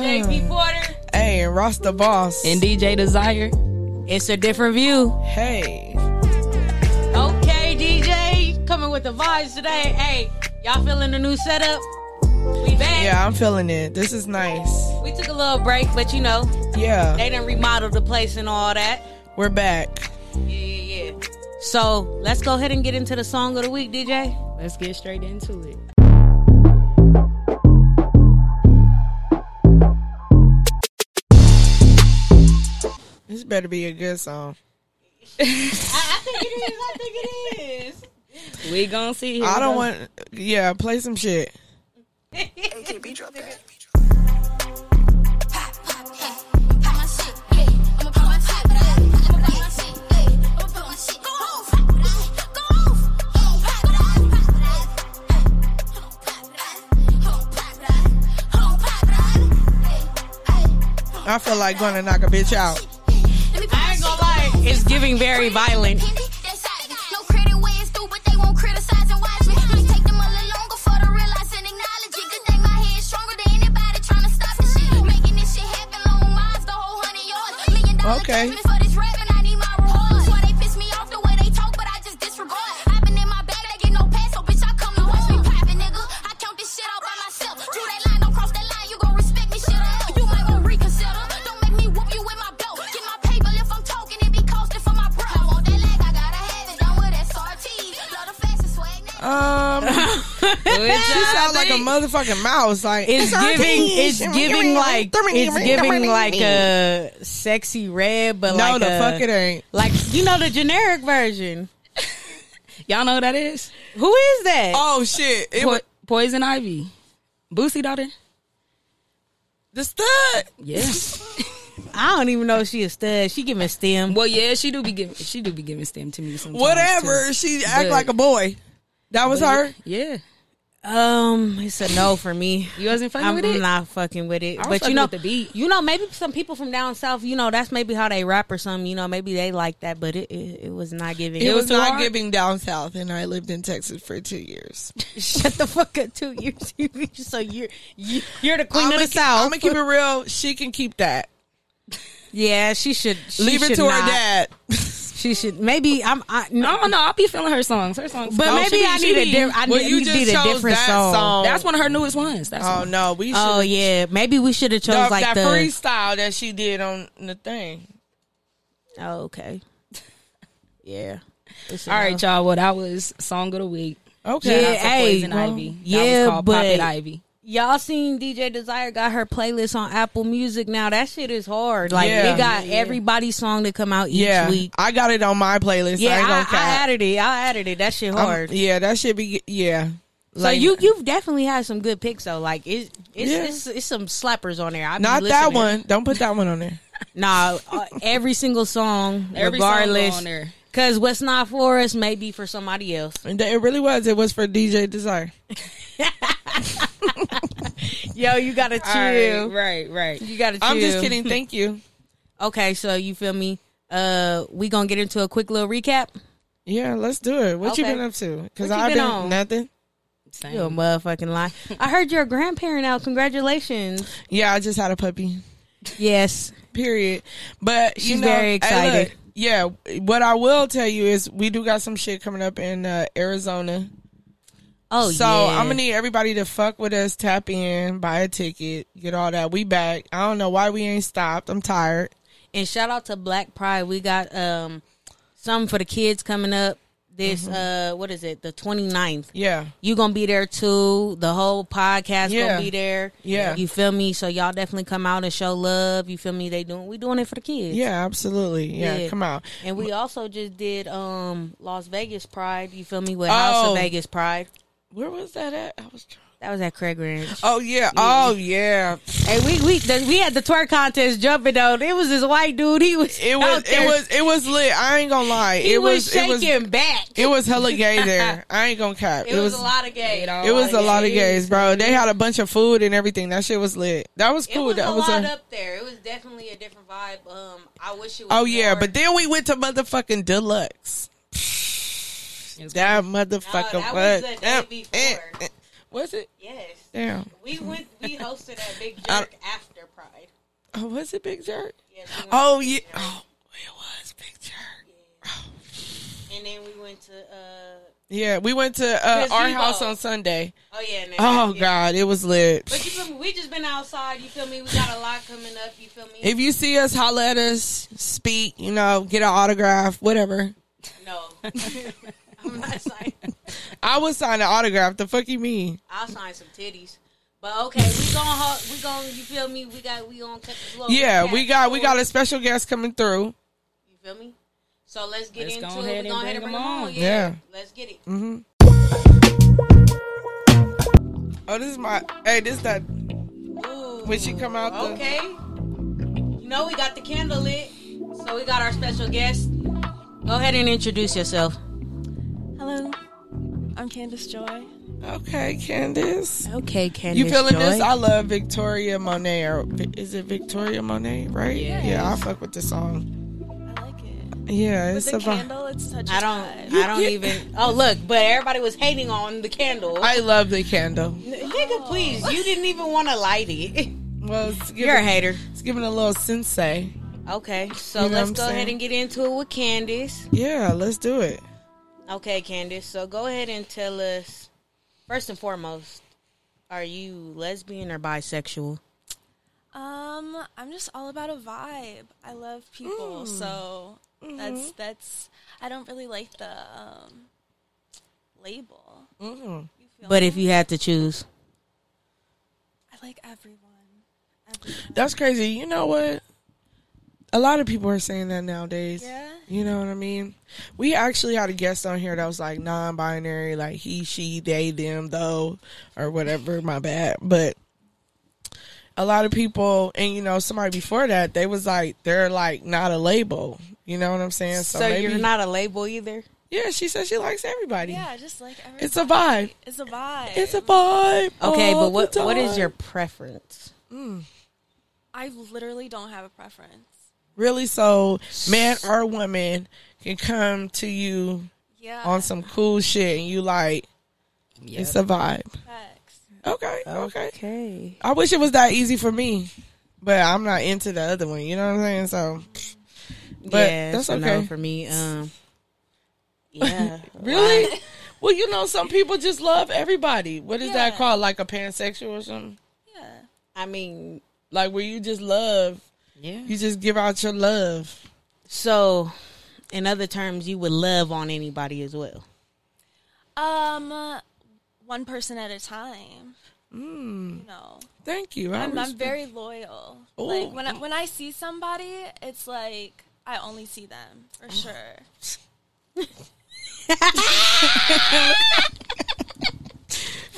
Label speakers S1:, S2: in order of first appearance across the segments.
S1: Mm-hmm. Mm,
S2: Ross the Boss.
S1: and DJ Desire. It's a different view.
S2: Hey.
S1: Okay, DJ, coming with the vibes today. Hey, y'all feeling the new setup? We back.
S2: Yeah, I'm feeling it. This is nice.
S1: We took a little break, but you know,
S2: Yeah.
S1: they done remodeled the place and all that.
S2: We're back.
S1: Yeah, yeah, yeah. So let's go ahead and get into the song of the week, DJ. Let's get straight into it.
S2: This better be a good song.
S1: I, I think it is. I think it is.
S3: We gonna see. Here
S2: I don't
S3: we
S2: want. Yeah, play some shit.
S4: AKB drop that.
S5: pop, pop, yeah. Pop my shit, yeah. I'ma pop my shit, yeah. I'ma pop my shit, yeah. I'ma pop my shit. Go off, yeah. Go off, yeah. Pop it up, pop it up, yeah. Pop it up, pop it up, pop it up, yeah. Ay,
S2: I feel like going to knock a bitch out.
S5: yeah. Let me pop
S1: I
S5: my
S1: ain't
S5: shit.
S1: gonna lie. It's giving very violent.
S5: No credit where it's due, but they won't criticize and watch me. Might take them a little longer for to realize and acknowledge it. 'Cause they my head stronger than anybody tryna stop this shit. Making this shit happen, long miles, the whole hundred yards. Million dollar
S2: Okay.
S5: judgments for this rapping, I need my reward. Swear they piss me off the way they talk, but I just disregard. I've been in my bag, they get no pass, so bitch, I come to watch me poppin', nigga. I count this shit out by myself. Do that line, don't cross that line, you gon' respect me, shit or else. You might wanna reconsider. Don't make me whoop you with my belt. Get my paper if I'm talking, it be costing for my breath. I want that leg, I gotta have it. Done with that sorties. Love the fast and swag now.
S2: Um, she
S3: go. Which I
S2: sounds like a
S3: think-
S2: motherfucking mouse. Like
S1: It's giving. It's giving like. It's giving like
S2: a.
S1: a sexy red, but
S2: No,
S1: like
S2: the
S1: a-
S2: fuck it ain't.
S1: Like you know the generic version.
S3: Y'all know who that is?
S1: Who is that?
S2: Oh shit! It was
S3: Po- Poison Ivy, Boosie daughter.
S2: the stud.
S3: Yes.
S1: I don't even know if she a stud. She giving stem.
S3: well, yeah, she do be giving. She do be giving stem to me. Sometimes
S2: Whatever.
S3: too.
S2: She act
S3: But-
S2: like a boy. That was her.
S3: Yeah.
S1: Um, it's a no for me.
S3: You wasn't fucking
S1: I'm
S3: with it.
S1: not fucking with it.
S3: I was
S1: But you
S3: fucking
S1: know,
S3: with the beat.
S1: you know, maybe some people from down south, you know, that's maybe how they rap or something. You know, maybe they like that, but it it, it was not giving.
S2: It,
S3: It
S2: was,
S3: was too
S2: not
S3: hard?
S2: giving down south, and I lived in Texas for two years.
S1: shut the fuck up too. You you- so you're you, you're the queen
S2: I'm
S1: of the
S2: gonna
S1: south.
S2: I'm gonna keep it real. She can keep that.
S1: yeah, she should she
S2: Leave it
S1: should
S2: to
S1: not.
S2: her dad.
S1: She should maybe I'm I, no,
S3: I don't know. I'll be feeling her songs. Her songs.
S1: but
S3: Oh,
S1: maybe
S3: she be-
S1: I
S3: she
S1: need a
S3: be-
S1: different. I
S2: Well,
S1: need,
S2: you
S1: need
S2: just
S1: a
S2: chose
S1: different
S2: that
S1: song.
S2: song.
S3: That's one of her newest ones. That's
S2: Oh
S3: one.
S2: no, we should.
S1: Oh yeah, maybe we should have chose
S2: That-
S1: like
S2: that
S1: the.
S2: freestyle that she did on the thing.
S1: Oh okay. Yeah.
S3: All right, y'all. Well, that was song of the week.
S2: Okay.
S1: Yeah.
S3: Shout out to
S1: hey,
S3: Poison
S1: well,
S3: Ivy. That
S1: yeah,
S3: was called Pop It
S1: but-
S3: Ivy.
S1: Y'all seen DJ Desire got her playlist on Apple Music now. That shit is hard. Like
S2: Yeah.
S1: it got everybody's song that come out each
S2: Yeah,
S1: week.
S2: I got it on my playlist. I,
S1: Yeah,
S2: ain't
S1: I,
S2: gonna
S1: I
S2: cap.
S1: added it. I added it. That shit
S2: I'm-
S1: hard.
S2: yeah, that should be. Yeah.
S1: so you you've definitely had some good picks though. Like it, it's
S2: Yeah.
S1: it's, it's some slappers on there. I be
S2: not
S1: listening.
S2: that one. Don't put that one on there.
S1: Nah, uh, every single song,
S3: Every song
S1: regardless.
S3: on there.
S1: Cause what's not for us may be for somebody else.
S2: And It really was. It was for DJ Desire.
S1: Yo, you gotta chill.
S3: Right, right.
S1: You gotta chill.
S2: I'm just kidding. Thank you.
S1: Okay, so you feel me? Uh, we gonna get into a quick little recap.
S2: Yeah, let's do it. What you
S1: Okay.
S2: been up to? Because
S1: What you
S2: I've
S1: been
S2: been,
S1: on?
S2: nothing.
S1: You a
S3: Same.
S1: motherfucking lie. I heard you're a grandparent now. Congratulations.
S2: Yeah, I just had a puppy.
S1: Yes.
S2: period. But you
S1: She's
S2: know,
S1: very
S2: hey,
S1: excited.
S2: look, yeah, what I will tell you is we do got some shit coming up in uh, Arizona.
S1: Oh,
S2: so
S1: yeah.
S2: I'm gonna need everybody to fuck with us, tap in, buy a ticket, get all that. We back. I don't know why we ain't stopped. I'm tired.
S1: and shout out to Black Pride. We got um something for the kids coming up. This
S2: Mm-hmm.
S1: uh, what is it? The 29th.
S2: Yeah.
S1: You gonna be there too. The whole podcast
S2: Yeah.
S1: gonna be there.
S2: Yeah.
S1: You feel me? So y'all definitely come out and show love. You feel me? They doing we doing it for the kids.
S2: Yeah, absolutely. Yeah,
S1: Yeah.
S2: come out.
S1: And we also just did um Las Vegas Pride. You feel me? With House
S2: Oh.
S1: of Vegas Pride.
S2: Where was that at? I was. drunk.
S1: That was at Craig Ranch.
S2: Oh yeah. Oh yeah.
S1: Hey, we we the, we had the twerk contest jumping though. It was this white dude. He was
S2: It was.
S1: out there.
S2: It was. It was lit. I ain't gonna lie.
S1: He
S2: it
S1: was,
S2: was. It was.
S1: shaking back.
S2: It was hella gay there. I ain't gonna cap.
S1: It, was, a lot of gay.
S2: It was a lot of gays, bro. They had a bunch of food and everything. That shit was lit. That was
S1: It
S2: cool.
S1: was
S2: that
S1: a
S2: was
S1: lot
S2: a,
S1: up there. It was definitely a different vibe. Um, I wish it was.
S2: Oh yeah,
S1: more-
S2: but then we went to motherfucking deluxe. That motherfucker
S1: No, that
S2: was,
S1: was the day
S2: eh,
S1: before.
S2: eh, eh. Was it?
S1: yes,
S2: Damn.
S1: we went. We hosted that big
S2: I-
S1: jerk after Pride.
S2: Oh, was it Big Jerk? oh, yeah. Oh, it was Big Jerk.
S1: And then we went to. uh
S2: Yeah, we went to uh,
S1: Cause
S2: our
S1: you
S2: house
S1: both.
S2: on Sunday.
S1: Oh yeah. And then-
S2: Oh
S1: yeah.
S2: God, it was lit.
S1: But you feel me? We just been outside. You feel me? We got a lot coming up. You feel me?
S2: If you see us, holla at us, speak, you know, get an autograph, whatever.
S1: no, I'm not signing.
S2: I would sign an autograph. The fuck you mean?
S1: I'll sign some titties. But okay, we gonna hu- we gonna you feel me? We got we gonna cut the flow.
S2: Yeah, we got we got
S1: to
S2: a special guest coming through.
S1: You feel me? So let's get
S3: Let's
S1: into
S3: go
S1: it.
S3: ahead
S1: we
S3: and
S1: gonna ahead and
S3: bring
S1: bring
S3: 'em
S1: 'em
S3: on.
S1: on. Yeah.
S2: Yeah. Mm.
S1: let's get it.
S2: Oh, this is my hey, this that
S1: Ooh,
S2: When she come out the-
S1: okay. You know we got the candle lit, so we got our special guest. Go ahead and introduce yourself.
S6: Hello, I'm Candace Joy.
S2: okay, Candace.
S1: Okay, Candace.
S2: You feeling this? I love Victoria Monet. Or Vi- is it Victoria Monet? Right? Yeah, I fuck with this song.
S6: I like it.
S2: Yeah,
S6: With
S2: it's
S6: the
S2: a vibe.
S6: candle, it's such
S1: I
S6: a
S1: don't.
S6: vibe.
S1: I don't even. Oh look, but everybody was hating on the candle.
S2: I love the candle.
S1: Nigga, please, you didn't even want to light it.
S2: Well, it's giving,
S1: You're a hater.
S2: it's giving a little sensei.
S1: Okay, so
S2: You know
S1: let's
S2: what
S1: go
S2: I'm
S1: ahead
S2: saying?
S1: and get into it with Candace.
S2: Yeah, let's do it.
S1: Okay, Candace, so go ahead and tell us first and foremost, are you lesbian or bisexual?
S6: Um, I'm just all about a vibe. I love people,
S2: Mm.
S6: so
S2: Mm-hmm.
S6: that's that's. I don't really like the um, label. You feel
S1: But
S6: me?
S1: if you had to choose,
S6: I like everyone. everyone.
S2: That's crazy. You know what? A lot of people are saying that nowadays.
S6: Yeah.
S2: You know what I mean? We actually had a guest on here that was like non binary, like he, she, they, them, though, or whatever, my bad. But a lot of people and you know, somebody before that, they was like they're like not a label. You know what I'm saying?
S1: so, you're not a label either.
S2: Yeah, she said she likes everybody.
S6: Yeah, I just like everyone.
S2: It's a vibe.
S6: It's a vibe.
S2: It's a vibe.
S1: Okay,
S2: all
S1: but what
S2: the
S1: what is
S2: time.
S1: your preference?
S6: I literally don't have a preference.
S2: really so man or woman can come to you
S6: Yeah.
S2: on some cool shit and you like it's a vibe.
S6: facts.
S2: Okay, okay. I wish it was that easy for me, but I'm not into the other one. You know what I'm saying? So, but
S1: yeah,
S2: that's
S1: so
S2: okay.
S1: No for me. Um, yeah,
S2: really? well, you know, some people just love everybody. What is that
S6: Yeah.
S2: called? Like a pansexual or something?
S6: Yeah.
S1: I mean,
S2: Like where you just love,
S1: yeah.
S2: you just give out your love.
S1: So, in other terms, you would love on anybody as well.
S6: Um, one person at a time.
S2: Mm.
S6: You know,
S2: Thank you. I
S6: I'm, I'm
S2: respect-
S6: very loyal.
S2: Ooh.
S6: Like when I, when I see somebody, it's like I only see them
S2: Oh.
S6: for sure.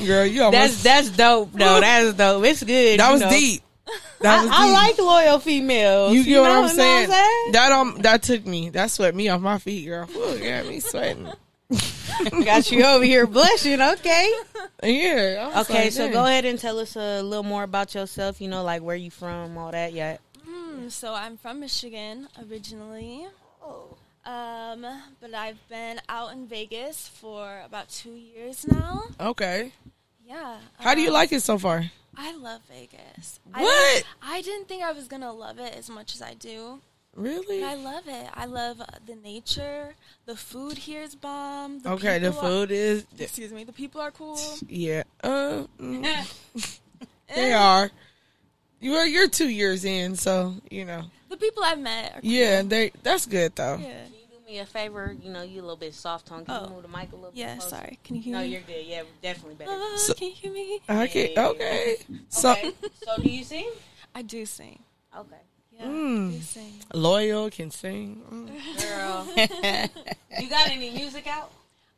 S2: girl. You
S1: That's
S2: almost
S1: that's dope though. That's dope. It's good.
S2: that
S1: you
S2: was
S1: know.
S2: deep. That was
S1: I
S2: deep.
S1: like loyal females.
S2: You get what,
S1: Oh, know
S2: I'm saying?
S1: know what I'm
S2: That um, that took me. That swept me off my feet, girl. Ooh, got me sweating.
S1: saying? Got you over here blushing. Okay.
S2: Yeah. I was
S1: Okay.
S2: like,
S1: so
S2: dang.
S1: go ahead and tell us a little more about yourself. You know, like where you from, all that. Yeah.
S6: Mm, so I'm from Michigan originally.
S2: Oh.
S6: Um, but I've been out in Vegas for about two years now.
S2: Okay.
S6: Yeah.
S2: How do you
S6: um,
S2: like it so far?
S6: I love Vegas. I,
S2: What?
S6: I didn't think I was gonna love it as much as I do.
S2: Really?
S6: And I love it. I love uh, the nature. The food here is bomb. The
S2: Okay, the
S6: people are-
S2: food is
S6: excuse me. The people are cool.
S2: yeah. Uh, mm, they
S6: Eh,
S2: are. You are you're two years in, so you know.
S6: The people I've met are cool.
S2: Yeah, they that's good though.
S6: Yeah.
S1: Can you do me a favor? You know, you a little bit soft tongue. Can
S6: Oh.
S1: you move the mic a little bit?
S6: Yeah,
S1: closer?
S6: sorry. Can you hear
S1: No,
S6: me?
S1: you're good. Yeah, definitely better.
S6: Oh,
S2: So-
S6: can you hear me?
S2: Okay, okay. So
S1: Okay. so do you sing?
S6: I do sing.
S1: Okay.
S6: Yeah,
S2: Hmm.
S6: I do sing.
S2: loyal can sing. Mm.
S1: Girl, you got any music out?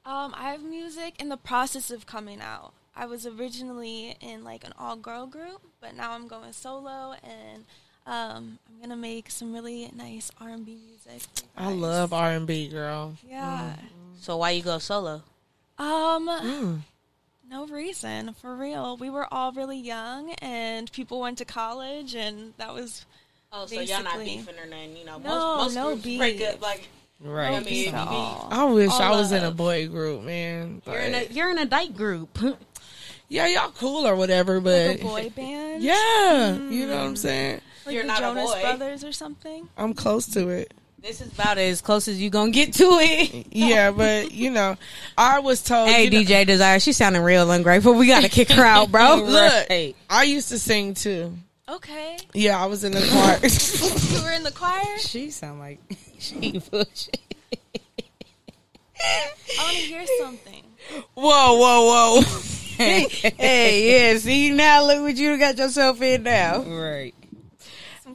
S6: Um, I have music in the process of coming out. I was originally in like an all-girl group, but now I'm going solo, and um, I'm gonna make some really nice R&B music. for you
S2: I
S6: guys.
S2: love R and B, girl.
S6: Yeah.
S1: So why you go solo?
S6: Um,
S2: Mm.
S6: no reason for real. We were all really young, and people went to college, and that was
S1: Oh, so y'all not
S6: Basically.
S1: beefing or nothing? You know,
S6: No,
S1: most, most
S6: no
S1: groups break
S6: beef.
S1: up like.
S2: Right.
S1: I mean,
S6: all.
S2: I wish
S6: All
S2: I was in a
S6: love.
S2: boy group, man.
S1: You're in a
S2: Like,
S1: you're in a dyke group.
S2: yeah, y'all cool or whatever, but
S6: Like a boy band.
S2: yeah, you know what I'm saying.
S6: Like
S1: You're
S6: the
S1: not a
S6: Jonas
S1: boy.
S6: Brothers or something.
S2: I'm close to it.
S1: This is about as close as you gonna get to it.
S2: Yeah, but you know, I was told.
S1: Hey,
S2: you know-
S1: DJ Desire, she's sounding real ungrateful. We gotta kick her out, bro.
S2: Look,
S1: Right.
S2: I used to sing too.
S6: Okay.
S2: Yeah, I was in the choir.
S6: You were in the choir. I
S3: She sound like she bullshit.
S6: want to hear something.
S2: whoa, whoa, whoa.
S1: hey, yeah. See now, look what you got yourself in now.
S3: Right.
S6: Some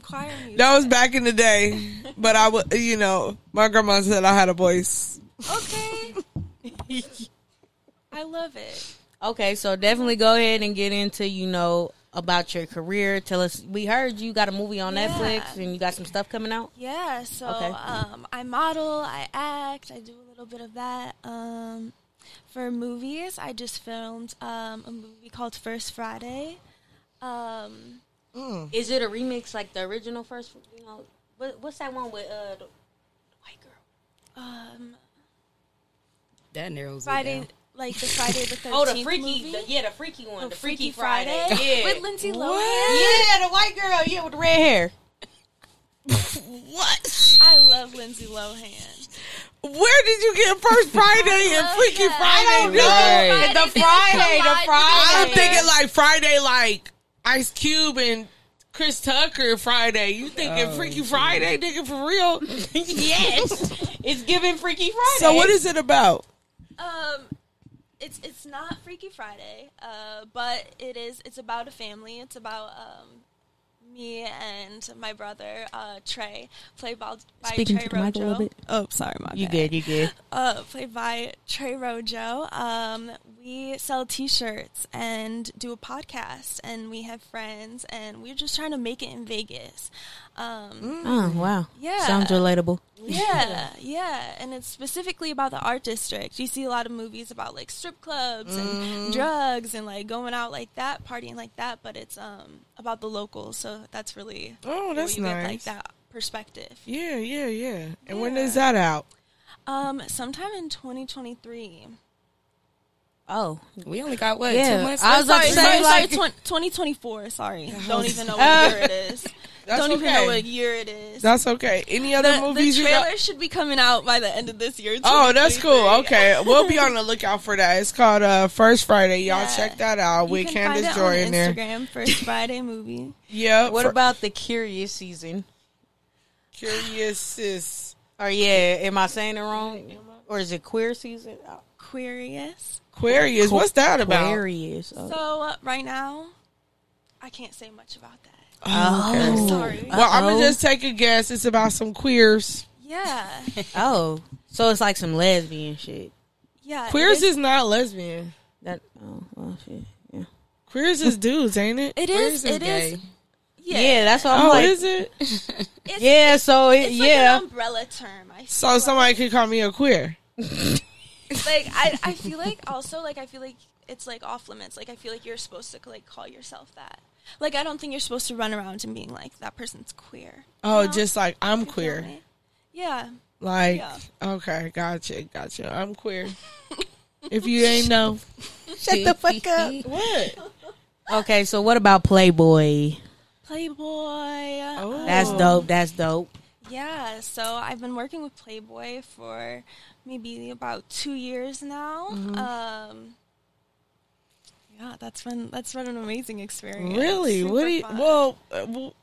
S6: choir music.
S2: That was back in the day, but I would, you know, my grandma said I had a voice.
S6: Okay. I love it.
S1: Okay, so definitely go ahead and get into you know about your career. Tell us. We heard you got a movie on
S6: Yeah.
S1: Netflix and you got some stuff coming out.
S6: Yeah. So
S1: Okay.
S6: um, I model. I act. I do a little bit of that. Um, for movies, I just filmed um, a movie called First Friday. Um,
S1: Is it a remix like the original first? You know, what, what's that one with uh, the white girl?
S6: um,
S3: That narrows Friday. it
S6: Friday,
S3: down.
S6: like the Friday the Thirteenth
S1: Oh, the freaky,
S6: movie.
S1: the, yeah, the freaky one,
S6: Oh,
S1: the, freaky, Friday, yeah,
S6: with Lindsay Lohan.
S1: yeah, the white girl, yeah, with the red hair.
S2: What?
S6: I love Lindsay Lohan.
S2: Where did you get First Friday and Freaky Friday?
S1: know.
S2: nigga?
S1: The Friday, the
S2: I'm
S1: Friday.
S2: thinking like Friday, like Ice Cube and Chris Tucker Friday. You thinking
S1: Oh,
S2: Freaky Friday, nigga, for real?
S1: yes, it's giving Freaky Friday.
S2: So what is it about?
S6: Um, it's it's not Freaky Friday, uh, but it is. It's about a family. It's about um, me and my brother uh, Trey, played by, by
S3: Speaking
S6: Trey
S3: to the mic a
S6: Rojo.
S3: little bit.
S6: Oh, sorry, my
S1: You
S6: bad.
S1: good? You good?
S6: Uh, played by Trey Rojo. Um, we sell T-shirts and do a podcast, and we have friends, and we're just trying to make it in Vegas. Um,
S3: Mm.
S1: Oh wow,
S6: Yeah.
S1: sounds relatable.
S6: yeah, yeah, and it's specifically about the art district. You see a lot of movies about like strip clubs
S2: Mm-hmm.
S6: and drugs and like going out like that, partying like that, but it's um about the locals, so that's really
S2: Oh,
S6: where
S2: that's
S6: you get, like
S2: nice.
S6: that perspective.
S2: Yeah, yeah, yeah. And when
S6: Yeah.
S2: is that out?
S6: Um, sometime in 2023.
S1: Oh,
S3: We only got what
S1: Yeah,
S3: two months.
S1: I was
S3: left?
S1: about to
S6: Sorry,
S1: Same
S6: sorry,
S1: like-
S6: sorry, twen- 2024. Sorry, don't even know what year it is.
S2: That's
S6: don't even
S2: okay.
S6: know what year it is.
S2: That's okay. Any
S6: the,
S2: other
S6: the
S2: movies you
S6: trailer
S2: got?
S6: should be coming out by the end of this year.
S2: Oh, that's cool.
S6: 2023.
S2: Okay, we'll be on the lookout for that. It's called uh, First Friday. Y'all
S6: Yeah.
S2: check that out
S6: You
S2: with
S6: can find
S2: Candace
S6: it
S2: Joy
S6: on
S2: in there.
S6: Instagram first Friday movie.
S2: Yeah.
S1: what
S2: for-
S1: about the Curious season?
S2: Curious Sis?
S1: Or yeah, am I saying it wrong? Or is it queer season?
S6: Queries.
S2: Aquarius. What's that about?
S1: Aquarius. Oh.
S6: So uh, right now, I can't say much about that.
S1: Oh.
S2: Okay.
S6: I'm sorry.
S2: Well, I'm gonna
S1: Uh-oh.
S2: just take a guess. It's about some queers.
S6: Yeah,
S1: Oh, so it's like some lesbian shit.
S6: yeah. it
S2: Queers
S6: is.
S2: is not lesbian.
S1: That oh well, shit. Yeah.
S2: Queers is dudes, ain't it?
S6: It
S2: Queers
S6: is. It is.
S1: yeah,
S6: Yeah.
S1: that's what I'm
S2: Oh,
S1: like.
S2: is it?
S6: It's,
S1: Yeah, so it,
S6: It's
S1: yeah,
S6: like an umbrella term. I feel
S2: So somebody could call me a queer.
S6: like. like I, I feel like also like I feel like it's like off limits. Like I feel like you're supposed to like call yourself that. Like I don't think you're supposed to run around and being like that person's queer.
S2: Oh,
S6: No.
S2: just like I'm
S6: You feel
S2: queer.
S6: me? Yeah.
S2: Like,
S6: Yeah.
S2: okay, gotcha, gotcha. I'm queer. if you ain't know,
S1: shut the fuck up.
S2: what?
S1: Okay, so what about Playboy?
S6: Playboy.
S2: Oh.
S1: That's dope. That's dope.
S6: Yeah, so I've been working with Playboy for maybe about two years now.
S2: Mm-hmm.
S6: Um, yeah, that's been that's been an amazing experience.
S2: Really?
S6: Super
S2: what do you?
S6: fun.
S2: Well, uh, well,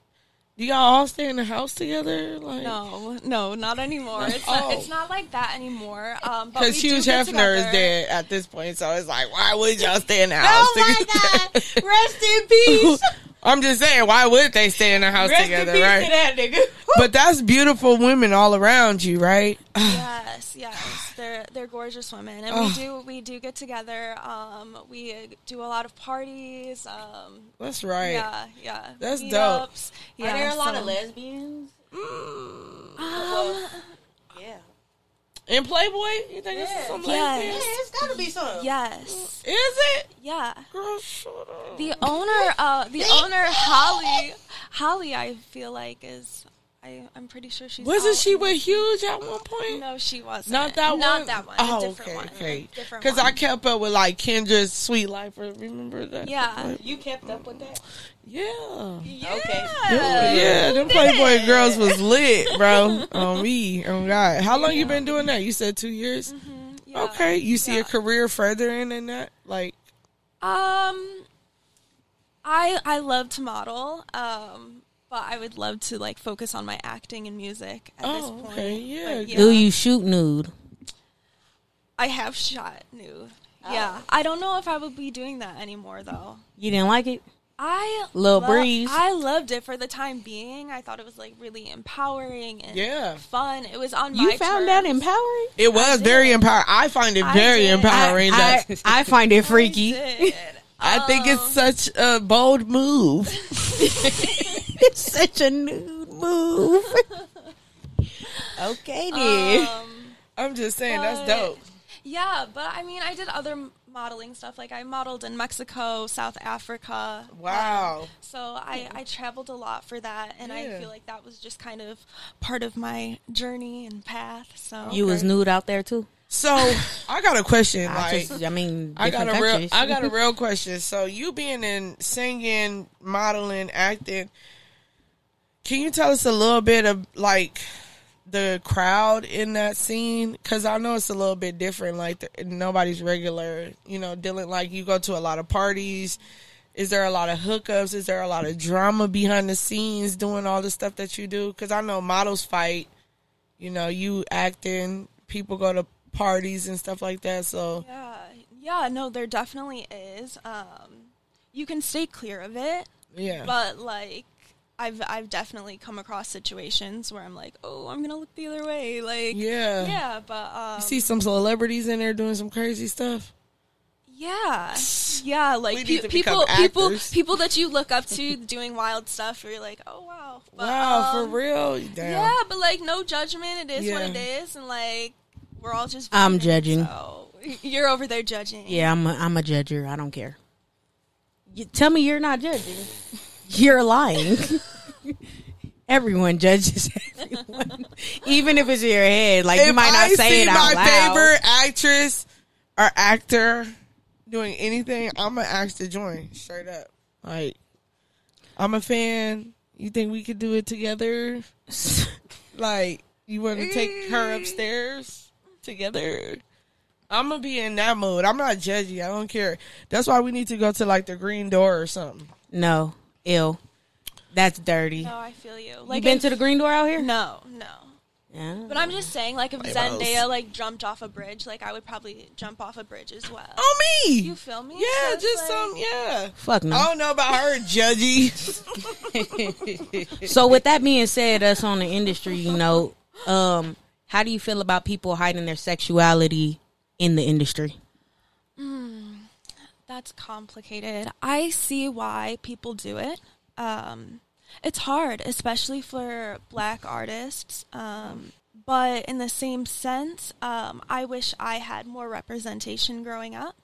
S2: do y'all all stay in the house together? Like,
S6: no, no, not anymore. It's,
S2: Oh.
S6: not, it's not like that anymore. Um, but
S2: Because
S6: we do
S2: Hugh
S6: get
S2: Hefner is
S6: together. Oh
S2: dead at this point, so it's like, why would y'all stay in the house together?
S1: Rest in peace.
S2: I'm just saying, why would they stay in the house together, right?
S1: that nigga.
S2: But that's beautiful women all around you, right?
S6: Yes, yes, they're they're gorgeous women, and
S2: Oh.
S6: we do we do get together. Um, we do a lot of parties. Um,
S2: That's right.
S6: Yeah, yeah.
S2: That's dope.
S6: Meetups.
S1: Are there a lot
S6: so-
S1: of lesbians?
S2: Mm.
S1: yeah.
S2: And Playboy, you think it's
S1: Yeah.
S2: some
S6: Yeah.
S2: lesbian?
S6: Yeah.
S1: it's gotta be some.
S6: Yes.
S2: Is it?
S6: Yeah.
S2: Girl, shut up.
S6: The owner, uh, the owner, Holly, Holly, I feel like is, I, I'm pretty sure she's.
S2: Wasn't
S6: out
S2: she
S6: in the-
S2: with Huge at one point?
S6: No, she wasn't.
S2: Not that
S6: Not
S2: one.
S6: that one.
S2: Oh,
S6: a different
S2: okay,
S6: one.
S2: okay.
S6: Different
S2: Because I
S6: one.
S2: kept up with like Kendra's Sweet Life. Remember that?
S6: Yeah.
S3: You kept up with that?
S2: Yeah.
S6: Yeah.
S3: Okay.
S2: Yeah, yeah, them Playboy girls was lit, bro. on me, on God. How long you been doing that? You said two years.
S6: Mm-hmm. yeah.
S2: Okay, you see a
S6: Yeah.
S2: career further in than that, like
S6: Um, I I love to model. Um, but I would love to like focus on my acting and music at this
S2: Oh,
S6: point.
S2: okay, yeah,
S6: But,
S2: good.
S1: Do you shoot nude?
S6: I have shot nude. Yeah, I don't know if I would be doing that anymore though.
S1: You didn't like it?
S6: I
S1: Lil
S6: lo-
S1: Breeze.
S6: I loved it for the time being. I thought it was like really empowering and
S2: Yeah.
S6: fun. It was on
S1: You
S6: my
S1: found
S6: terms.
S1: that empowering?
S2: it was very empowering. I find it
S6: I
S2: very
S6: did.
S2: empowering.
S1: I,
S2: that
S1: I find it
S6: I um,
S1: freaky.
S6: did.
S2: I, think it's such a bold move.
S1: It's such a nude move. okay then.
S6: Um,
S2: I'm just saying that's
S6: But-
S2: dope.
S6: Yeah, but I mean, I did other m- modeling stuff. Like I modeled in Mexico, South Africa.
S2: Wow.
S6: So I, I traveled a lot for that, and
S2: Yeah.
S6: I feel like that was just kind of part of my journey and path. So
S1: You was nude out there too.
S2: So I got a question.
S1: I
S2: Like
S1: just, I mean,
S2: I got a
S1: different
S2: real
S1: countries.
S2: I got a real question. So you being in singing, modeling, acting, can you tell us a little bit of like the crowd in that scene? Because I know it's a little bit different. Like the, nobody's regular. You know, dealing like you go to a lot of parties. Is there a lot of hookups? Is there a lot of drama behind the scenes doing all the stuff that you do? Because I know models fight. You know, you acting. People go to parties and stuff like that. So
S6: yeah, yeah, no, there definitely is. Um, you can stay clear of it,
S2: yeah.
S6: but like. I've, I've definitely come across situations where I'm like, oh, I'm gonna look the other way, like
S2: Yeah.
S6: yeah, but um,
S2: You see some celebrities in there doing some crazy stuff.
S6: Yeah, yeah. Like
S2: We
S6: pe-
S2: need to
S6: people,
S2: become
S6: people,
S2: actors.
S6: people that you look up to doing wild stuff. Where you're like, oh wow, But,
S2: wow,
S6: um,
S2: for real? Damn.
S6: Yeah, but like no judgment. It is what it
S2: Yeah.
S6: is, and like we're all just.
S1: I'm
S6: vibing,
S1: judging.
S6: So you're over there judging.
S1: Yeah, I'm a, I'm a judger. I don't care. You, tell me you're not judging. You're lying. everyone judges everyone, even if it's in your head. Like you
S2: If
S1: might not
S2: I
S1: say
S2: see
S1: it out
S2: my
S1: loud.
S2: favorite actress or actor doing anything, I'm gonna ask to join straight up. Like, I'm a fan. You think we could do it together? like, you want to take her upstairs together? I'm gonna be in that mood. I'm not judgy. I don't care. That's why we need to go to like the green door or something.
S1: No, ill. That's dirty.
S6: No, I feel you. Like
S1: you been
S6: if-
S1: to the green door out here?
S6: No, no.
S1: Yeah.
S6: But I'm just saying, like, if
S2: Playboys.
S6: Zendaya like jumped off a bridge, like I would probably jump off a bridge as well.
S2: Oh me!
S6: You feel me?
S2: Yeah,
S6: So it's
S2: just
S6: like-
S2: some. Yeah,
S1: Fuck no.
S2: I don't know about her, Judgy.
S1: So with that being said, us on the industry, you know, um, how do you feel about people hiding their sexuality in the industry?
S6: That's complicated. I see why people do it. Um, it's hard, especially for black artists. Um, but in the same sense, um, I wish I had more representation growing up.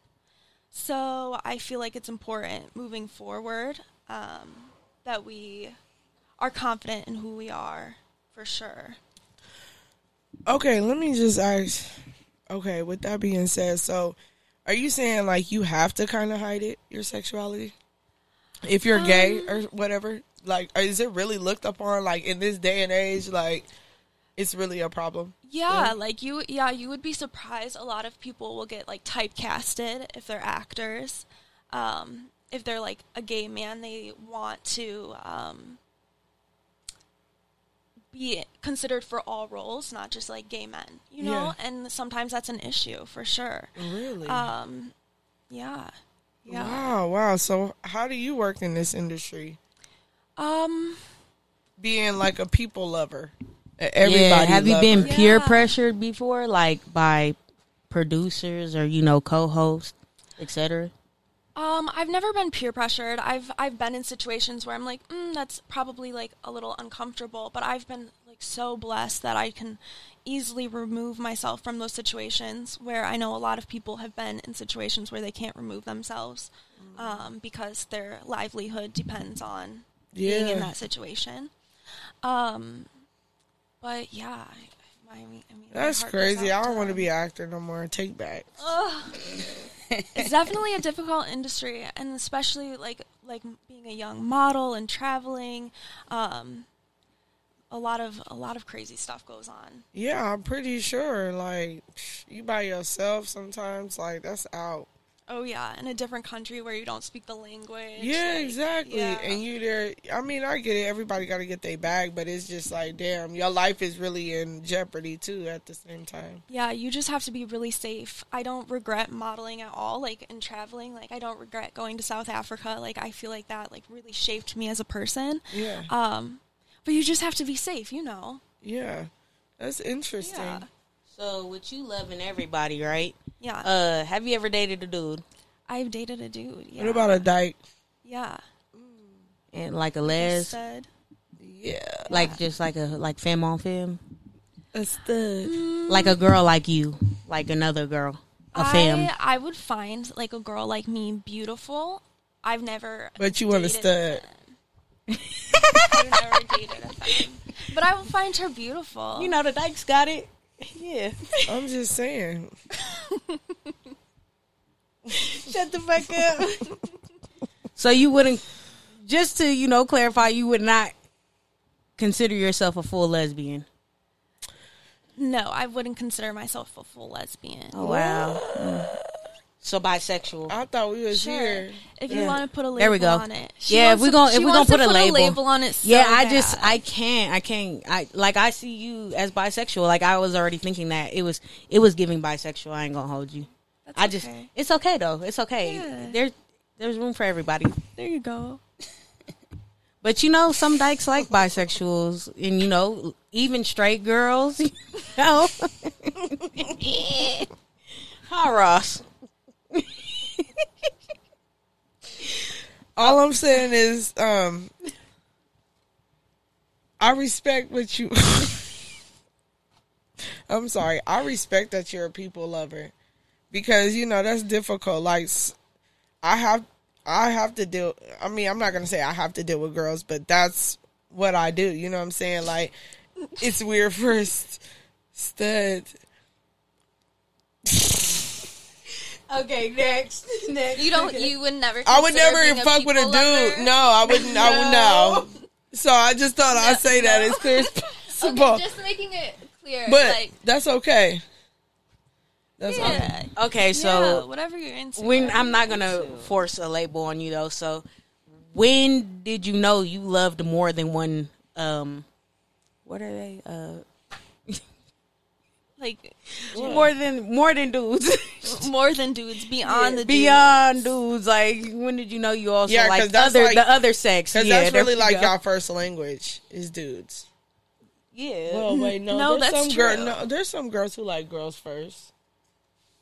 S6: So I feel like it's important moving forward um, that we are confident in who we are for sure.
S2: okay, let me just ask. Okay, with that being said, so are you saying like you have to kind of hide it your sexuality if you're gay or whatever? Like, is it really looked upon like in this day and age? Like, it's really a problem.
S6: Yeah, like you yeah, you would be surprised a lot of people will get like typecasted if they're actors. Um if they're like a gay man, they want to um be considered for all roles, not just like gay men, you know? And sometimes that's an issue for sure.
S2: Really?
S6: Um yeah. Yeah.
S2: Wow, Ah, wow. So, how do you work in this industry?
S6: Um
S2: Being like a people lover, a everybody.
S1: yeah, have you been
S2: lover.
S1: peer
S6: Yeah.
S1: pressured before, like by producers or you know co-hosts, etc.?
S6: Um, I've never been peer pressured. I've I've been in situations where I'm like, mm, that's probably like a little uncomfortable, but I've been like so blessed that I can easily remove myself from those situations where I know a lot of people have been in situations where they can't remove themselves
S2: Mm.
S6: um, because their livelihood depends on being
S2: Yeah.
S6: in that situation. Um, But yeah, I, I mean, I mean my
S2: That's
S6: heart goes
S2: crazy.
S6: out
S2: I don't want to
S6: them.
S2: be an actor no more. Take back.
S6: Ugh. it's definitely a difficult industry, and especially like like being a young model and traveling. Um, a lot of a lot of crazy stuff goes on.
S2: Yeah, I'm pretty sure. Like you by yourself sometimes. Like that's out.
S6: Oh yeah, in a different country where you don't speak the language.
S2: Yeah,
S6: like,
S2: exactly.
S6: yeah.
S2: And you there. I mean, I get it. Everybody got to get their bag, but it's just like, damn, your life is really in jeopardy too. At the same time,
S6: Yeah, you just have to be really safe. I don't regret modeling at all, like and traveling. Like I don't regret going to South Africa. Like I feel like that like really shaped me as a person.
S2: yeah,
S6: Um, but you just have to be safe, you know.
S2: yeah, that's interesting.
S6: Yeah,
S1: So with you loving everybody, right?
S6: yeah.
S1: Uh, have you ever dated a dude
S6: I've dated a dude. Yeah.
S2: What about a dyke?
S6: yeah?
S1: and like a
S6: He
S1: les,
S6: Said
S2: Yeah,
S1: like just like a like femme on femme,
S2: a stud.
S1: like a girl like you, like another girl, a femme.
S6: I I would find like a girl like me beautiful. I've never.
S2: But you want a
S6: dated
S2: stud.
S6: femme. I've never dated a femme. But I will find her beautiful.
S1: You know the dykes got it. Yeah,
S2: I'm just saying.
S1: shut the fuck up. so you wouldn't, just to you know clarify, you would not consider yourself a full lesbian.
S6: No, I wouldn't consider myself a full lesbian.
S1: Oh wow. So bisexual.
S2: I thought we was here.
S6: If you want to put a label
S1: There we go.
S6: on it.
S1: Yeah,
S6: wants
S1: if we
S6: to-
S1: gon- if
S6: she
S1: we gon'
S6: wants
S1: put
S6: to
S1: a
S6: put
S1: label.
S6: a label on it. so
S1: yeah, I just
S6: bad.
S1: I can't I can't I like I see you as bisexual. Like I was already thinking that it was it was giving bisexual. I ain't gonna hold you.
S6: That's
S1: I just
S6: okay.
S1: it's okay though. It's okay.
S6: Yeah.
S1: There there's room for everybody.
S6: There you go.
S1: But you know, some dykes like bisexuals, and you know, even straight girls. You know, hi Ross.
S2: All I'm saying is, um, I respect what you. I'm sorry. I respect that you're a people lover, because you know that's difficult. Like, s- I have, I have to deal. I mean, I'm not gonna say I have to deal with girls, but that's what I do. You know what I'm saying? Like, it's weird first stud.
S1: Okay, next, next.
S3: You don't. You would never.
S2: I would
S3: consider
S2: never
S3: being
S2: even fuck with a
S3: people
S2: dude.
S3: lover?
S2: No, I wouldn't. I would no. So I just thought I'd say that as clear as possible.
S3: Okay, just making it clear.
S2: But
S3: like,
S2: that's okay. That's okay.
S6: Yeah,
S1: Okay,
S6: yeah,
S1: so
S6: whatever you're into.
S1: when I'm not gonna force a label on you though. So when did you know you loved more than one? Um, what are they? Uh,
S6: like
S1: more than more than dudes,
S6: more than dudes beyond the dudes.
S1: beyond dudes. Like when did you know you also
S2: Yeah, 'cause
S1: like
S2: that's
S1: other
S2: like-
S1: the other sex?
S2: Because
S1: Yeah,
S2: that's
S1: there
S2: really
S1: you
S2: like
S1: go.
S2: y'all first language is dudes. Mm-hmm.
S1: Yeah.
S2: Well, wait,
S6: No,
S2: there's
S6: that's
S2: some girl-
S6: true.
S2: no, there's some girls who like girls first,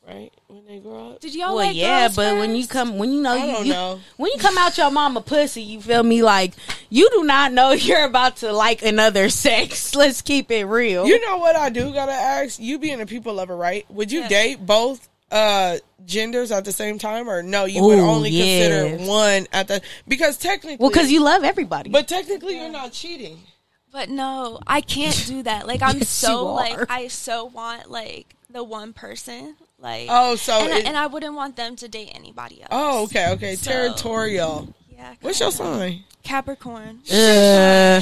S2: right? When they grow up.
S6: Did y'all
S1: Well,
S6: Oh, like
S1: yeah,
S6: girls
S1: but when
S6: first?
S1: you come, when you know,
S2: I
S1: you,
S2: don't
S1: you-
S2: know.
S1: when you come out your mama pussy, you feel me? Like you do not know you're about to like another sex. Let's keep it real.
S2: You know what I do gotta ask? You being a people lover, right? Would you date both uh genders at the same time, or no? You would
S1: Ooh,
S2: only consider
S1: yes.
S2: one at the because technically,
S1: well, because you love everybody.
S2: but technically you're not cheating.
S6: But no, I can't do that. Like I'm
S1: Yes,
S6: so
S1: you are.
S6: like I so want like the one person. Like
S2: Oh, so
S6: and, I,
S2: it-
S6: and I wouldn't want them to date anybody else.
S2: Oh, okay, okay.
S6: So-
S2: Territorial.
S6: yeah.
S2: What's your
S6: kinda.
S2: sign?
S6: Capricorn.
S1: Uh,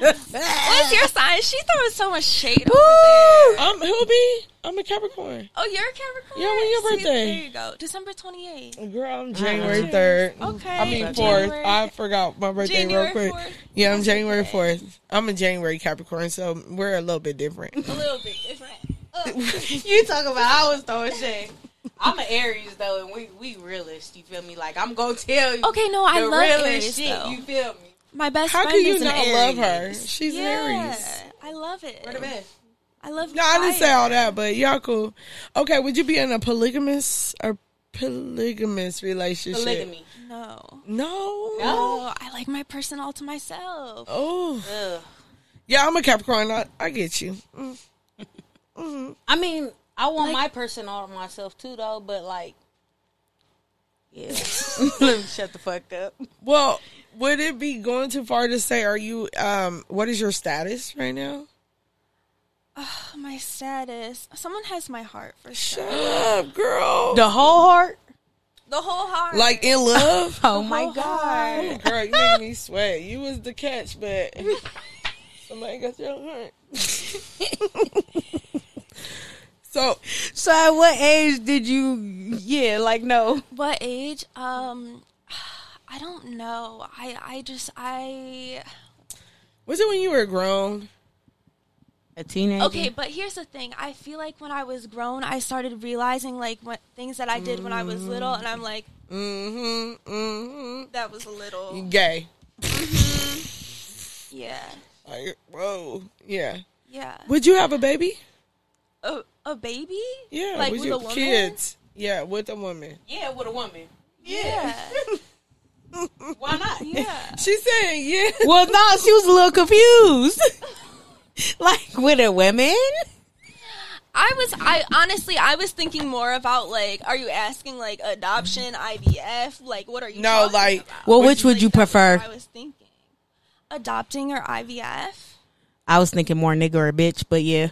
S6: What's your sign? She throwing so much shade. Over
S1: Woo!
S6: there.
S2: I'm who be? I'm a Capricorn.
S6: Oh, you're a Capricorn.
S2: Yeah, when your
S6: See,
S2: birthday?
S6: there you go. December twenty eighth.
S2: Girl, I'm January third.
S6: Ah. Okay.
S2: I mean fourth.
S6: January-
S2: I forgot my birthday
S6: January
S2: real quick.
S6: 4th.
S2: Yeah, I'm January fourth. I'm a January Capricorn, so we're a little bit different.
S6: A little bit different.
S1: you talk about I was throwing shit. I'm an Aries though, and we we realist. You feel me? Like I'm gonna tell you.
S6: Okay, no, I
S1: the
S6: love
S1: realest
S6: Aries
S1: shit.
S6: though.
S1: You feel me?
S6: My best
S2: How
S6: friend
S2: can you
S6: is an
S2: not
S6: Aries.
S2: love her? She's an
S6: Yeah,
S2: Aries.
S6: I love it.
S1: We're the best.
S6: I love.
S2: No, I didn't say
S6: fire.
S2: all that, but y'all cool. Okay, would you be in a polygamous or polygamous relationship?
S1: Polygamy.
S6: No.
S2: No.
S6: No, I like my person all to myself.
S2: Oh.
S1: Ugh.
S2: Yeah, I'm a Capricorn. I, I get you.
S1: I mean, I want my person all to myself too, though. But like, yeah, let me shut the fuck up.
S2: Well, would it be going too far to say are you um what is your status right now?
S6: Oh, my status. Someone has my heart for sure.
S2: Shut up, girl.
S1: The whole heart.
S6: The whole heart.
S2: Like in love.
S1: Oh my
S2: Ooh,
S1: god.
S2: girl, you made me sweat. You was the catch, but somebody got your heart. so
S1: So at what age did you? Yeah, like no.
S6: what age? Um, I don't know. I I just I
S2: was it when you were grown?
S1: A teenager.
S6: okay. But here's the thing. I feel like when I was grown, I started realizing like what things that I did when I was little, and I'm like,
S2: Mm-hmm. Mm-hmm.
S6: that was a little.
S2: Gay.
S6: Yeah,
S2: Like, whoa. Yeah.
S6: yeah.
S2: Would you have a baby?
S6: A, a baby?
S2: Yeah.
S6: like
S2: would
S6: with
S2: you
S6: a woman.
S2: kids? Yeah, with a woman.
S1: Yeah, with a woman.
S6: Yeah,
S1: Why not?
S6: yeah.
S2: She said, yeah.
S1: Well, no, she was a little confused. like with a woman.
S6: I was. I honestly, I was thinking more about like, are you asking like adoption, IVF, like what are you?
S2: No,
S6: talking
S2: like,
S6: about?
S1: Well, which would
S6: Like,
S1: you
S6: that's what
S1: prefer?
S6: I was thinking adopting or IVF.
S1: I was thinking more nigga or bitch, but yeah.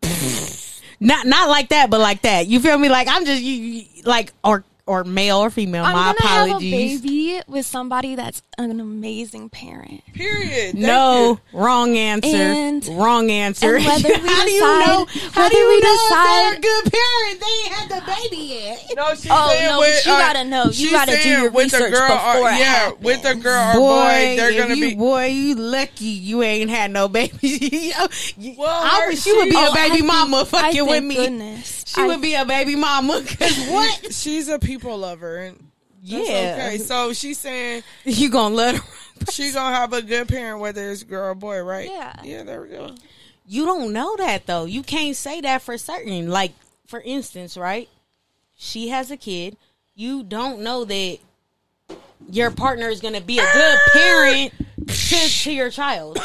S1: not not like that, but like that. You feel me? Like I'm just you, you- like or or male or female.
S6: I'm
S1: My
S6: gonna
S1: apologies.
S6: have a baby with somebody that's an amazing parent.
S2: Period. Thank
S1: No, wrong answer.
S6: And-
S1: wrong answer.
S6: and whether we
S1: how do you
S6: decide-
S1: know? How do
S6: whether
S1: you
S6: we
S1: know if they're a
S6: decide-
S1: good parent? They ain't had the baby yet.
S2: you. No, she
S6: Oh,
S2: said
S6: no,
S2: with,
S6: but you
S2: uh,
S6: gotta know. You
S2: she
S6: gotta do
S2: said
S6: your
S2: with a
S6: research
S2: girl
S6: before
S2: or,
S6: it
S2: Yeah, with a girl or boy,
S1: Boy,
S2: they're
S1: if
S2: gonna
S1: you,
S2: be.
S1: boy, you lucky you ain't had no baby.
S2: Well,
S1: I
S2: her-
S1: wish you would be a
S6: I
S1: baby
S6: think-
S1: mama
S6: I
S1: fucking with
S6: thank
S1: me.
S6: Goodness.
S1: She
S6: I-
S1: would be a baby mama. Cause what?
S2: She's a people lover. And that's
S1: yeah,
S2: Okay. So she's saying
S1: you gonna let her?
S2: she's gonna have a good parent, whether it's girl or boy, right?
S6: Yeah.
S2: Yeah. There we go.
S1: You don't know that though. You can't say that for certain. Like for instance, right? She has a kid. You don't know that your partner is gonna be a good
S6: Ah!
S1: parent to, to your child.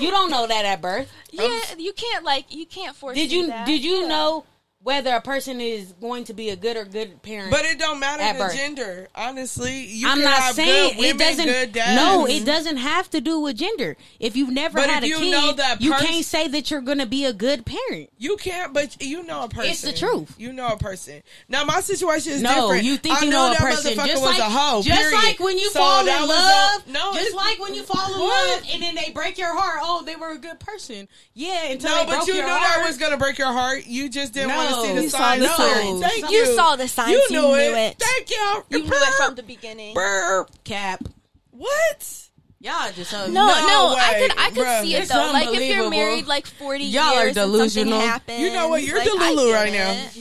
S1: You don't know that at birth.
S6: Yeah, you can't like you can't force.
S1: Did you?
S6: That.
S1: Did you
S6: Yeah.
S1: know whether a person is going to be a good or good parent?
S2: But it don't matter
S1: At
S2: the
S1: birth.
S2: gender. Honestly, you
S1: I'm
S2: can
S1: not
S2: have
S1: saying
S2: good women,
S1: it doesn't.
S2: good dads.
S1: No, it doesn't have to do with gender. If you've never
S2: But
S1: had
S2: if
S1: a
S2: you
S1: kid,
S2: know that
S1: you
S2: pers-
S1: can't say that you're going to be a good parent.
S2: You can't, but you know a person.
S1: It's the truth.
S2: You know a person. Now my situation is
S1: No,
S2: different.
S1: you think
S2: I
S1: you
S2: know,
S1: know a
S2: that
S1: person
S2: motherfucker
S1: just
S2: was
S1: like
S2: a hoe.
S1: just
S2: period.
S1: like when you
S2: So
S1: fall in
S2: that was
S1: love.
S2: a- no,
S1: just
S2: it's-
S1: like when you fall in
S2: What?
S1: love and then they break your heart. Oh, they were a good person. Yeah, until
S2: No,
S1: they
S2: but
S1: broke
S2: you knew
S1: your
S2: that
S1: heart.
S2: was gonna break your heart. You just didn't want to
S1: No.
S2: see the
S1: You saw
S2: signs.
S1: the
S2: No.
S1: signs.
S2: Thank you.
S6: You saw the signs.
S2: You
S6: You
S2: knew,
S6: knew
S2: it.
S6: it.
S2: Thank you.
S6: You knew it from the beginning.
S2: Burp.
S1: cap.
S2: What?
S1: Y'all just so
S6: No,
S2: No
S6: no, I
S2: way,
S6: could, I could
S2: bruh.
S6: see it
S1: It's
S6: though. Like if
S1: unbelievable.
S6: you're married like forty
S1: Y'all are
S6: years, and something
S1: delusional.
S6: happens,
S2: You know what? You're
S6: like, I
S2: delulu
S6: get
S2: right
S6: it.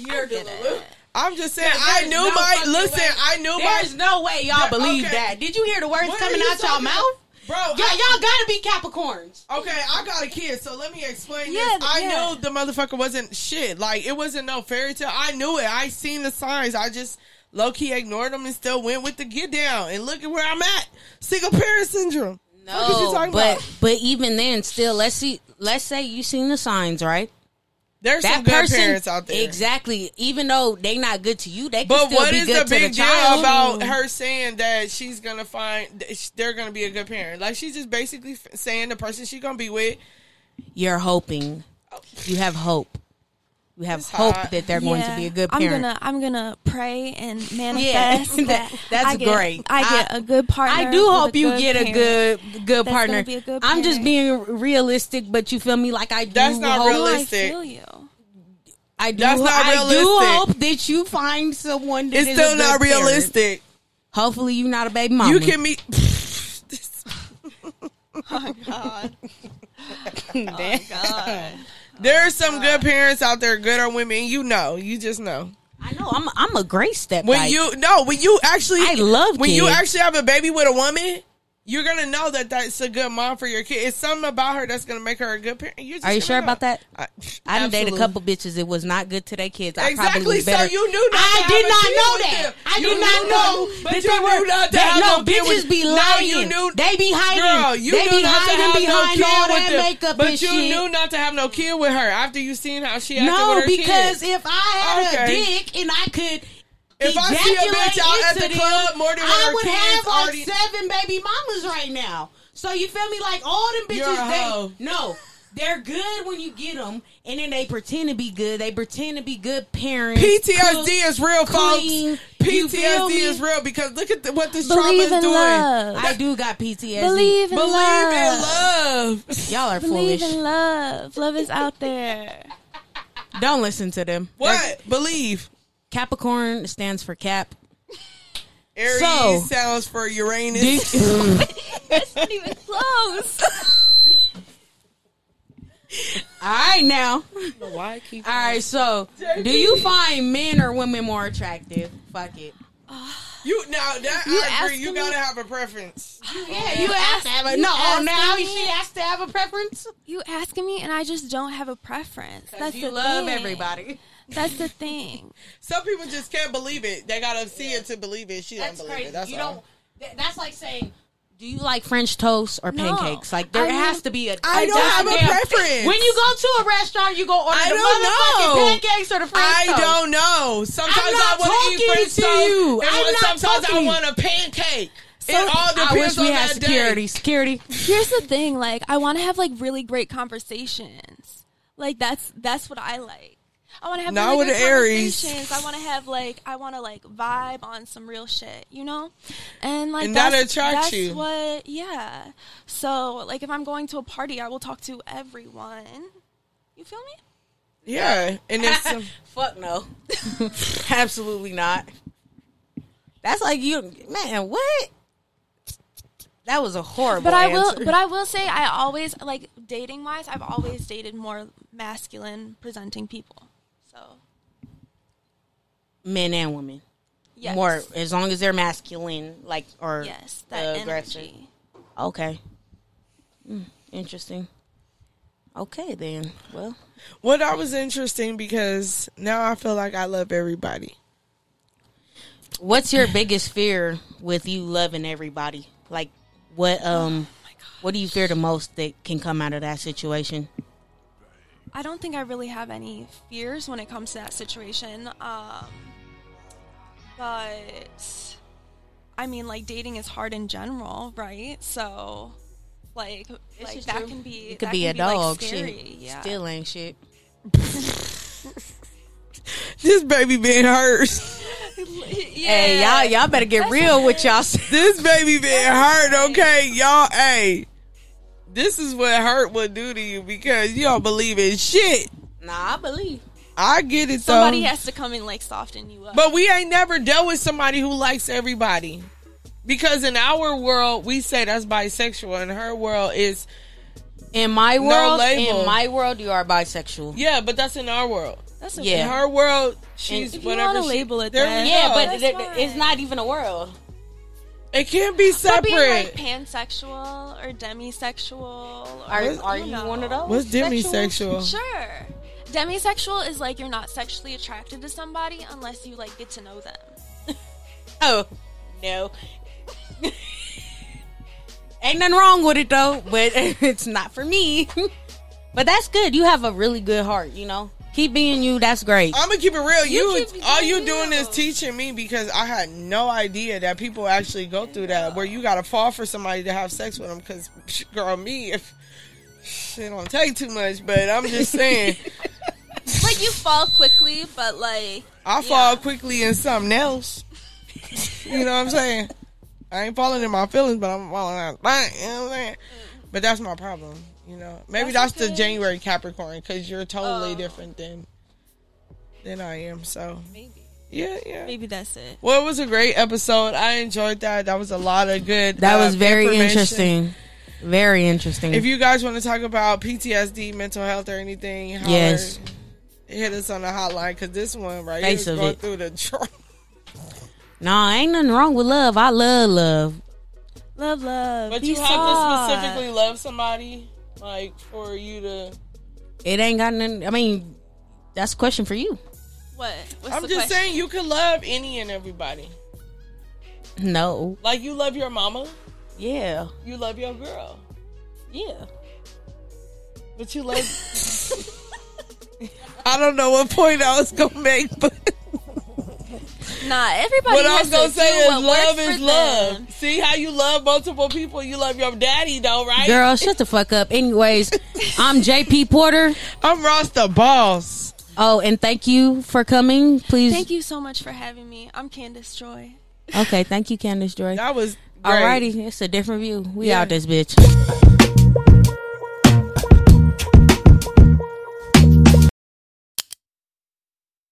S2: now.
S1: You're delulu.
S2: I'm just saying.
S1: There's
S2: I knew
S1: no
S2: my.
S1: fucking
S2: Listen,
S1: way.
S2: I knew my.
S1: There's no way y'all
S2: Yeah,
S1: believe
S2: okay.
S1: that. Did you hear the words
S2: What are
S1: coming
S2: you
S1: out y'all
S2: talking about?
S1: mouth?
S2: Bro,
S1: Y'all,
S2: I-
S1: y'all gotta be Capricorns.
S2: Okay, I got a kid, so let me explain
S6: Yeah,
S2: this. I
S6: yeah.
S2: knew the motherfucker wasn't shit. Like it wasn't no fairy tale. I knew it. I seen the signs. I just low key ignored them and still went with the get down. And look at where I'm at. Single parent syndrome. No, what you talking
S1: but
S2: about?
S1: but even then, still, let's see. Let's say you seen the signs, right?
S2: There's some good parents out there.
S1: exactly. Even though they not good to you, they can
S2: But
S1: still
S2: what
S1: be
S2: is
S1: good
S2: the
S1: to
S2: big
S1: the
S2: deal
S1: child.
S2: about her saying that she's gonna find that they're gonna be a good parent? Like she's just basically f- saying the person she's gonna be with.
S1: You're hoping. You have hope. You have
S2: It's
S1: hope
S2: hot.
S1: that they're going to be a good
S6: I'm
S1: parent.
S6: gonna I'm gonna pray and manifest.
S1: that-
S6: that,
S1: that's
S6: I get,
S1: great.
S6: I get
S1: I-
S6: a good partner.
S1: I do
S6: with
S1: hope
S6: a
S1: you
S6: good
S1: get a
S6: parent.
S1: good good
S6: That's
S1: partner.
S6: gonna be a good
S1: I'm just
S6: parent.
S1: being realistic, but you feel me? Like I do
S2: That's not
S1: hope,
S6: No, I
S2: Realistic.
S6: feel you.
S1: I do
S2: That's not
S1: I do
S2: realistic.
S1: hope that you find someone that
S2: It's
S1: is a good
S2: still not
S1: parent.
S2: realistic.
S1: Hopefully, you're not a baby mama.
S2: You can meet.
S1: Oh,
S2: There are
S1: Oh,
S2: some good parents out there, good or women. You know, you just know
S1: I know. I'm I'm a great step.
S2: when
S1: like,
S2: you no when you actually.
S1: I love
S2: when you
S1: kids.
S2: actually have a baby with a woman. You're gonna know that that's a good mom for your kid. It's something about her that's gonna make her a good parent. You're just
S1: Are you
S2: gonna
S1: sure
S2: know.
S1: about that?
S2: I,
S1: I done dated a
S2: Absolutely.
S1: couple bitches. It was not good to their kids. I probably
S2: Exactly.
S1: was
S2: So
S1: better.
S2: you knew not.
S1: I
S2: to
S1: did
S2: have a
S1: not
S2: kid
S1: know
S2: with
S1: that.
S2: them.
S1: I
S2: You
S1: did not
S2: knew
S1: know
S2: them,
S1: that
S2: but
S1: they
S2: you
S1: were.
S2: knew not to
S1: they-
S2: have
S1: no,
S2: no kid
S1: bitches
S2: with-
S1: be
S2: No,
S1: lying.
S2: you knew-
S1: they be hiding.
S2: Girl, you
S1: they
S2: knew
S1: be
S2: not to
S1: hiding
S2: have
S1: behind
S2: no kid
S1: all
S2: with
S1: that
S2: them.
S1: makeup
S2: But
S1: and
S2: you
S1: shit.
S2: knew not to have no kid with her after you seen how she acted with
S1: no,
S2: her
S1: because
S2: kid.
S1: if I had
S2: Okay.
S1: a dick and I could.
S2: If I see a
S1: ejaculate
S2: bitch out at the
S1: into them,
S2: club more than
S1: I
S2: her
S1: would
S2: kids
S1: have like
S2: already-
S1: seven baby mamas right now. So you feel me? Like all them bitches,
S2: You're a hoe.
S1: they no. They're good when you get them, and then they pretend to be good. They pretend to be good parents.
S2: PTSD
S1: cook,
S2: is real,
S1: clean.
S2: folks.
S1: You feel
S2: PTSD
S1: me?
S2: is real because look at the, what this trauma
S3: Believe
S2: is
S3: in
S2: doing.
S3: love.
S1: I do got PTSD.
S6: Believe in
S2: Believe
S6: love.
S2: in love.
S1: Y'all are
S6: Believe
S1: foolish.
S6: in love. Love is out there.
S1: Don't listen to them. They're-
S2: What? Believe.
S1: Capricorn stands for cap.
S2: Aries
S1: So-
S2: sounds for Uranus.
S3: That's not even close.
S1: All right now.
S2: Why I keep
S1: All right, so do you find men or women more attractive? Fuck it.
S2: you now that
S3: You
S2: I agree, you
S3: asking
S2: gotta
S3: me?
S2: have a preference.
S1: Yeah, you have to have a no. Oh,
S3: asking
S1: now
S3: me?
S1: she has to have a preference.
S6: You asking me, and I just don't have a preference. That's
S1: you
S6: the
S1: love
S6: thing.
S1: everybody.
S6: That's the thing.
S2: Some people just can't believe it. They gotta see it to believe it. She don't
S1: That's
S2: believe
S1: crazy.
S2: it. That's
S1: you
S2: all.
S1: don't. tha- That's like saying, do you like French toast or
S6: No.
S1: pancakes? Like there
S6: I mean,
S1: has to be a.
S2: I
S1: a
S2: don't have a
S1: goddamn-
S2: preference.
S1: When you go to a restaurant, you go order
S2: I
S1: the
S2: don't
S1: motherfucking
S2: know.
S1: pancakes or the French
S2: I
S1: toast.
S2: don't know. Sometimes
S1: I'm not
S2: I want to eat
S1: talking
S2: French
S1: to
S2: toast.
S1: you.
S2: and
S1: I'm
S2: when-
S1: not
S2: sometimes
S1: talking.
S2: I want a pancake.
S1: So-
S2: it all depends
S1: I wish we
S2: on
S1: had
S2: that
S1: security.
S2: day.
S1: Security.
S6: Here's the thing. Like, I want to have like really great conversations. Like that's that's what I like. I want to have
S2: Not
S6: really
S2: with
S6: good
S2: the Aries.
S6: conversations. I want to have like I want to like vibe on some real shit, you know, and like
S2: And that
S6: that's-
S2: attracts
S6: that's
S2: you.
S6: What? Yeah. So like, if I'm going to a party, I will talk to everyone. You feel me?
S2: Yeah, and it's um,
S1: Fuck no. Absolutely not. That's like you, man. What? That was a horrible.
S6: But I will.
S1: answer.
S6: But I will say, I always like dating wise. I've always dated more masculine presenting people. So
S1: men and women.
S6: yes,
S1: More as long as they're masculine, like or
S6: yes, that
S1: aggressive.
S6: energy.
S1: Okay. Hmm, interesting. Okay then. Well,
S2: well, that was interesting because now I feel like I love everybody.
S1: what's your biggest fear with you loving everybody? Like, what um,
S6: Oh
S1: what do you fear the most that can come out of that situation?
S6: I don't think I really have any fears when it comes to that situation. Um, but I mean, like dating is hard in general, right? So, like, like
S1: is
S6: that
S1: true.
S6: can be
S1: It could
S6: that
S1: be
S6: can
S1: a dog.
S6: Like,
S1: shit.
S6: scary. Yeah.
S1: Still ain't shit.
S2: This baby been hurt.
S6: yeah.
S1: Hey, y'all, y'all better get real with y'all.
S2: This baby been hurt, okay, y'all. Hey, this is what hurt will do to you because you don't believe in shit.
S1: nah, I believe.
S2: I get it
S6: Somebody
S2: though,
S6: has to come and like soften you up.
S2: but we ain't never dealt with somebody who likes everybody because in our world we say that's bisexual, in her world is
S1: In my world,
S2: label.
S1: in my world, you are bisexual.
S2: yeah, but that's in our world.
S6: That's
S1: yeah.
S6: okay.
S2: In her world, she's
S6: If you
S2: whatever.
S6: wanna
S2: she-
S6: label it
S2: there
S6: that.
S2: we
S1: Yeah,
S2: go.
S1: but
S6: That's
S1: th-
S6: fine.
S1: it's not even a world.
S2: it can be
S6: But
S2: separate.
S6: being like pansexual or demisexual, or,
S1: Are, are you
S6: know.
S1: one of those?
S2: What's demisexual?
S6: Sure. Demisexual is like you're not sexually attracted to somebody unless you like get to know them.
S1: Oh, no. Ain't nothing wrong with it though, but it's not for me. but that's good. You have a really good heart, you know? Keep being you. That's great.
S2: I'm gonna keep it real. You,
S6: keep it
S2: all you
S6: real.
S2: doing is teaching me because I had no idea that people actually go through that where you gotta fall for somebody to have sex with them. Because girl, me if shit don't take too much, but I'm just saying
S6: Like you fall quickly, but like
S2: I fall quickly in something else. you know what I'm saying? I ain't falling in my feelings, but I'm falling out. of line, You know what I'm saying? But that's my problem. You know, maybe that's,
S6: That's
S2: the
S6: okay.
S2: January Capricorn because you're totally
S6: Oh.
S2: different than than I am. So
S6: maybe
S2: yeah, yeah.
S6: maybe that's it.
S2: Well, it was a great episode. I enjoyed that. That was a lot of good.
S1: That
S2: uh,
S1: was very
S2: information.
S1: interesting. Very interesting.
S2: If you guys want to talk about PTSD, mental health, or anything, holler,
S1: Yes.
S2: hit us on the hotline because this one right
S1: Face
S2: here
S1: of
S2: is going
S1: it.
S2: through the trauma.
S1: nah, ain't nothing wrong with love. I love love.
S6: Love, love.
S2: But
S6: be
S2: you have
S6: soft.
S2: to specifically love somebody, like for you to.
S1: It ain't got nothing. I mean, that's a question for you.
S6: What? What's
S2: I'm
S6: the
S2: just
S6: question?
S2: saying you can love any and everybody.
S1: No.
S2: Like you love your mama,
S1: Yeah.
S2: you love your girl,
S1: Yeah.
S2: but you love. I don't know what point I was gonna make, but
S6: Nah, everybody
S2: What I was
S6: has
S2: gonna
S6: to
S2: say
S6: do
S2: is
S6: what works
S2: love
S6: for
S2: is
S6: them.
S2: love. See how you love multiple people? You love your daddy though, right?
S1: Girl, shut the fuck up. Anyways, I'm JP Porter.
S2: I'm Ross the boss.
S1: Oh, and thank you for coming. Please.
S6: Thank you so much for having me. I'm Candace Joy.
S1: Okay, thank you, Candace Joy.
S2: That was great.
S1: Alrighty, it's a different view. We
S2: Yeah.
S1: out this bitch.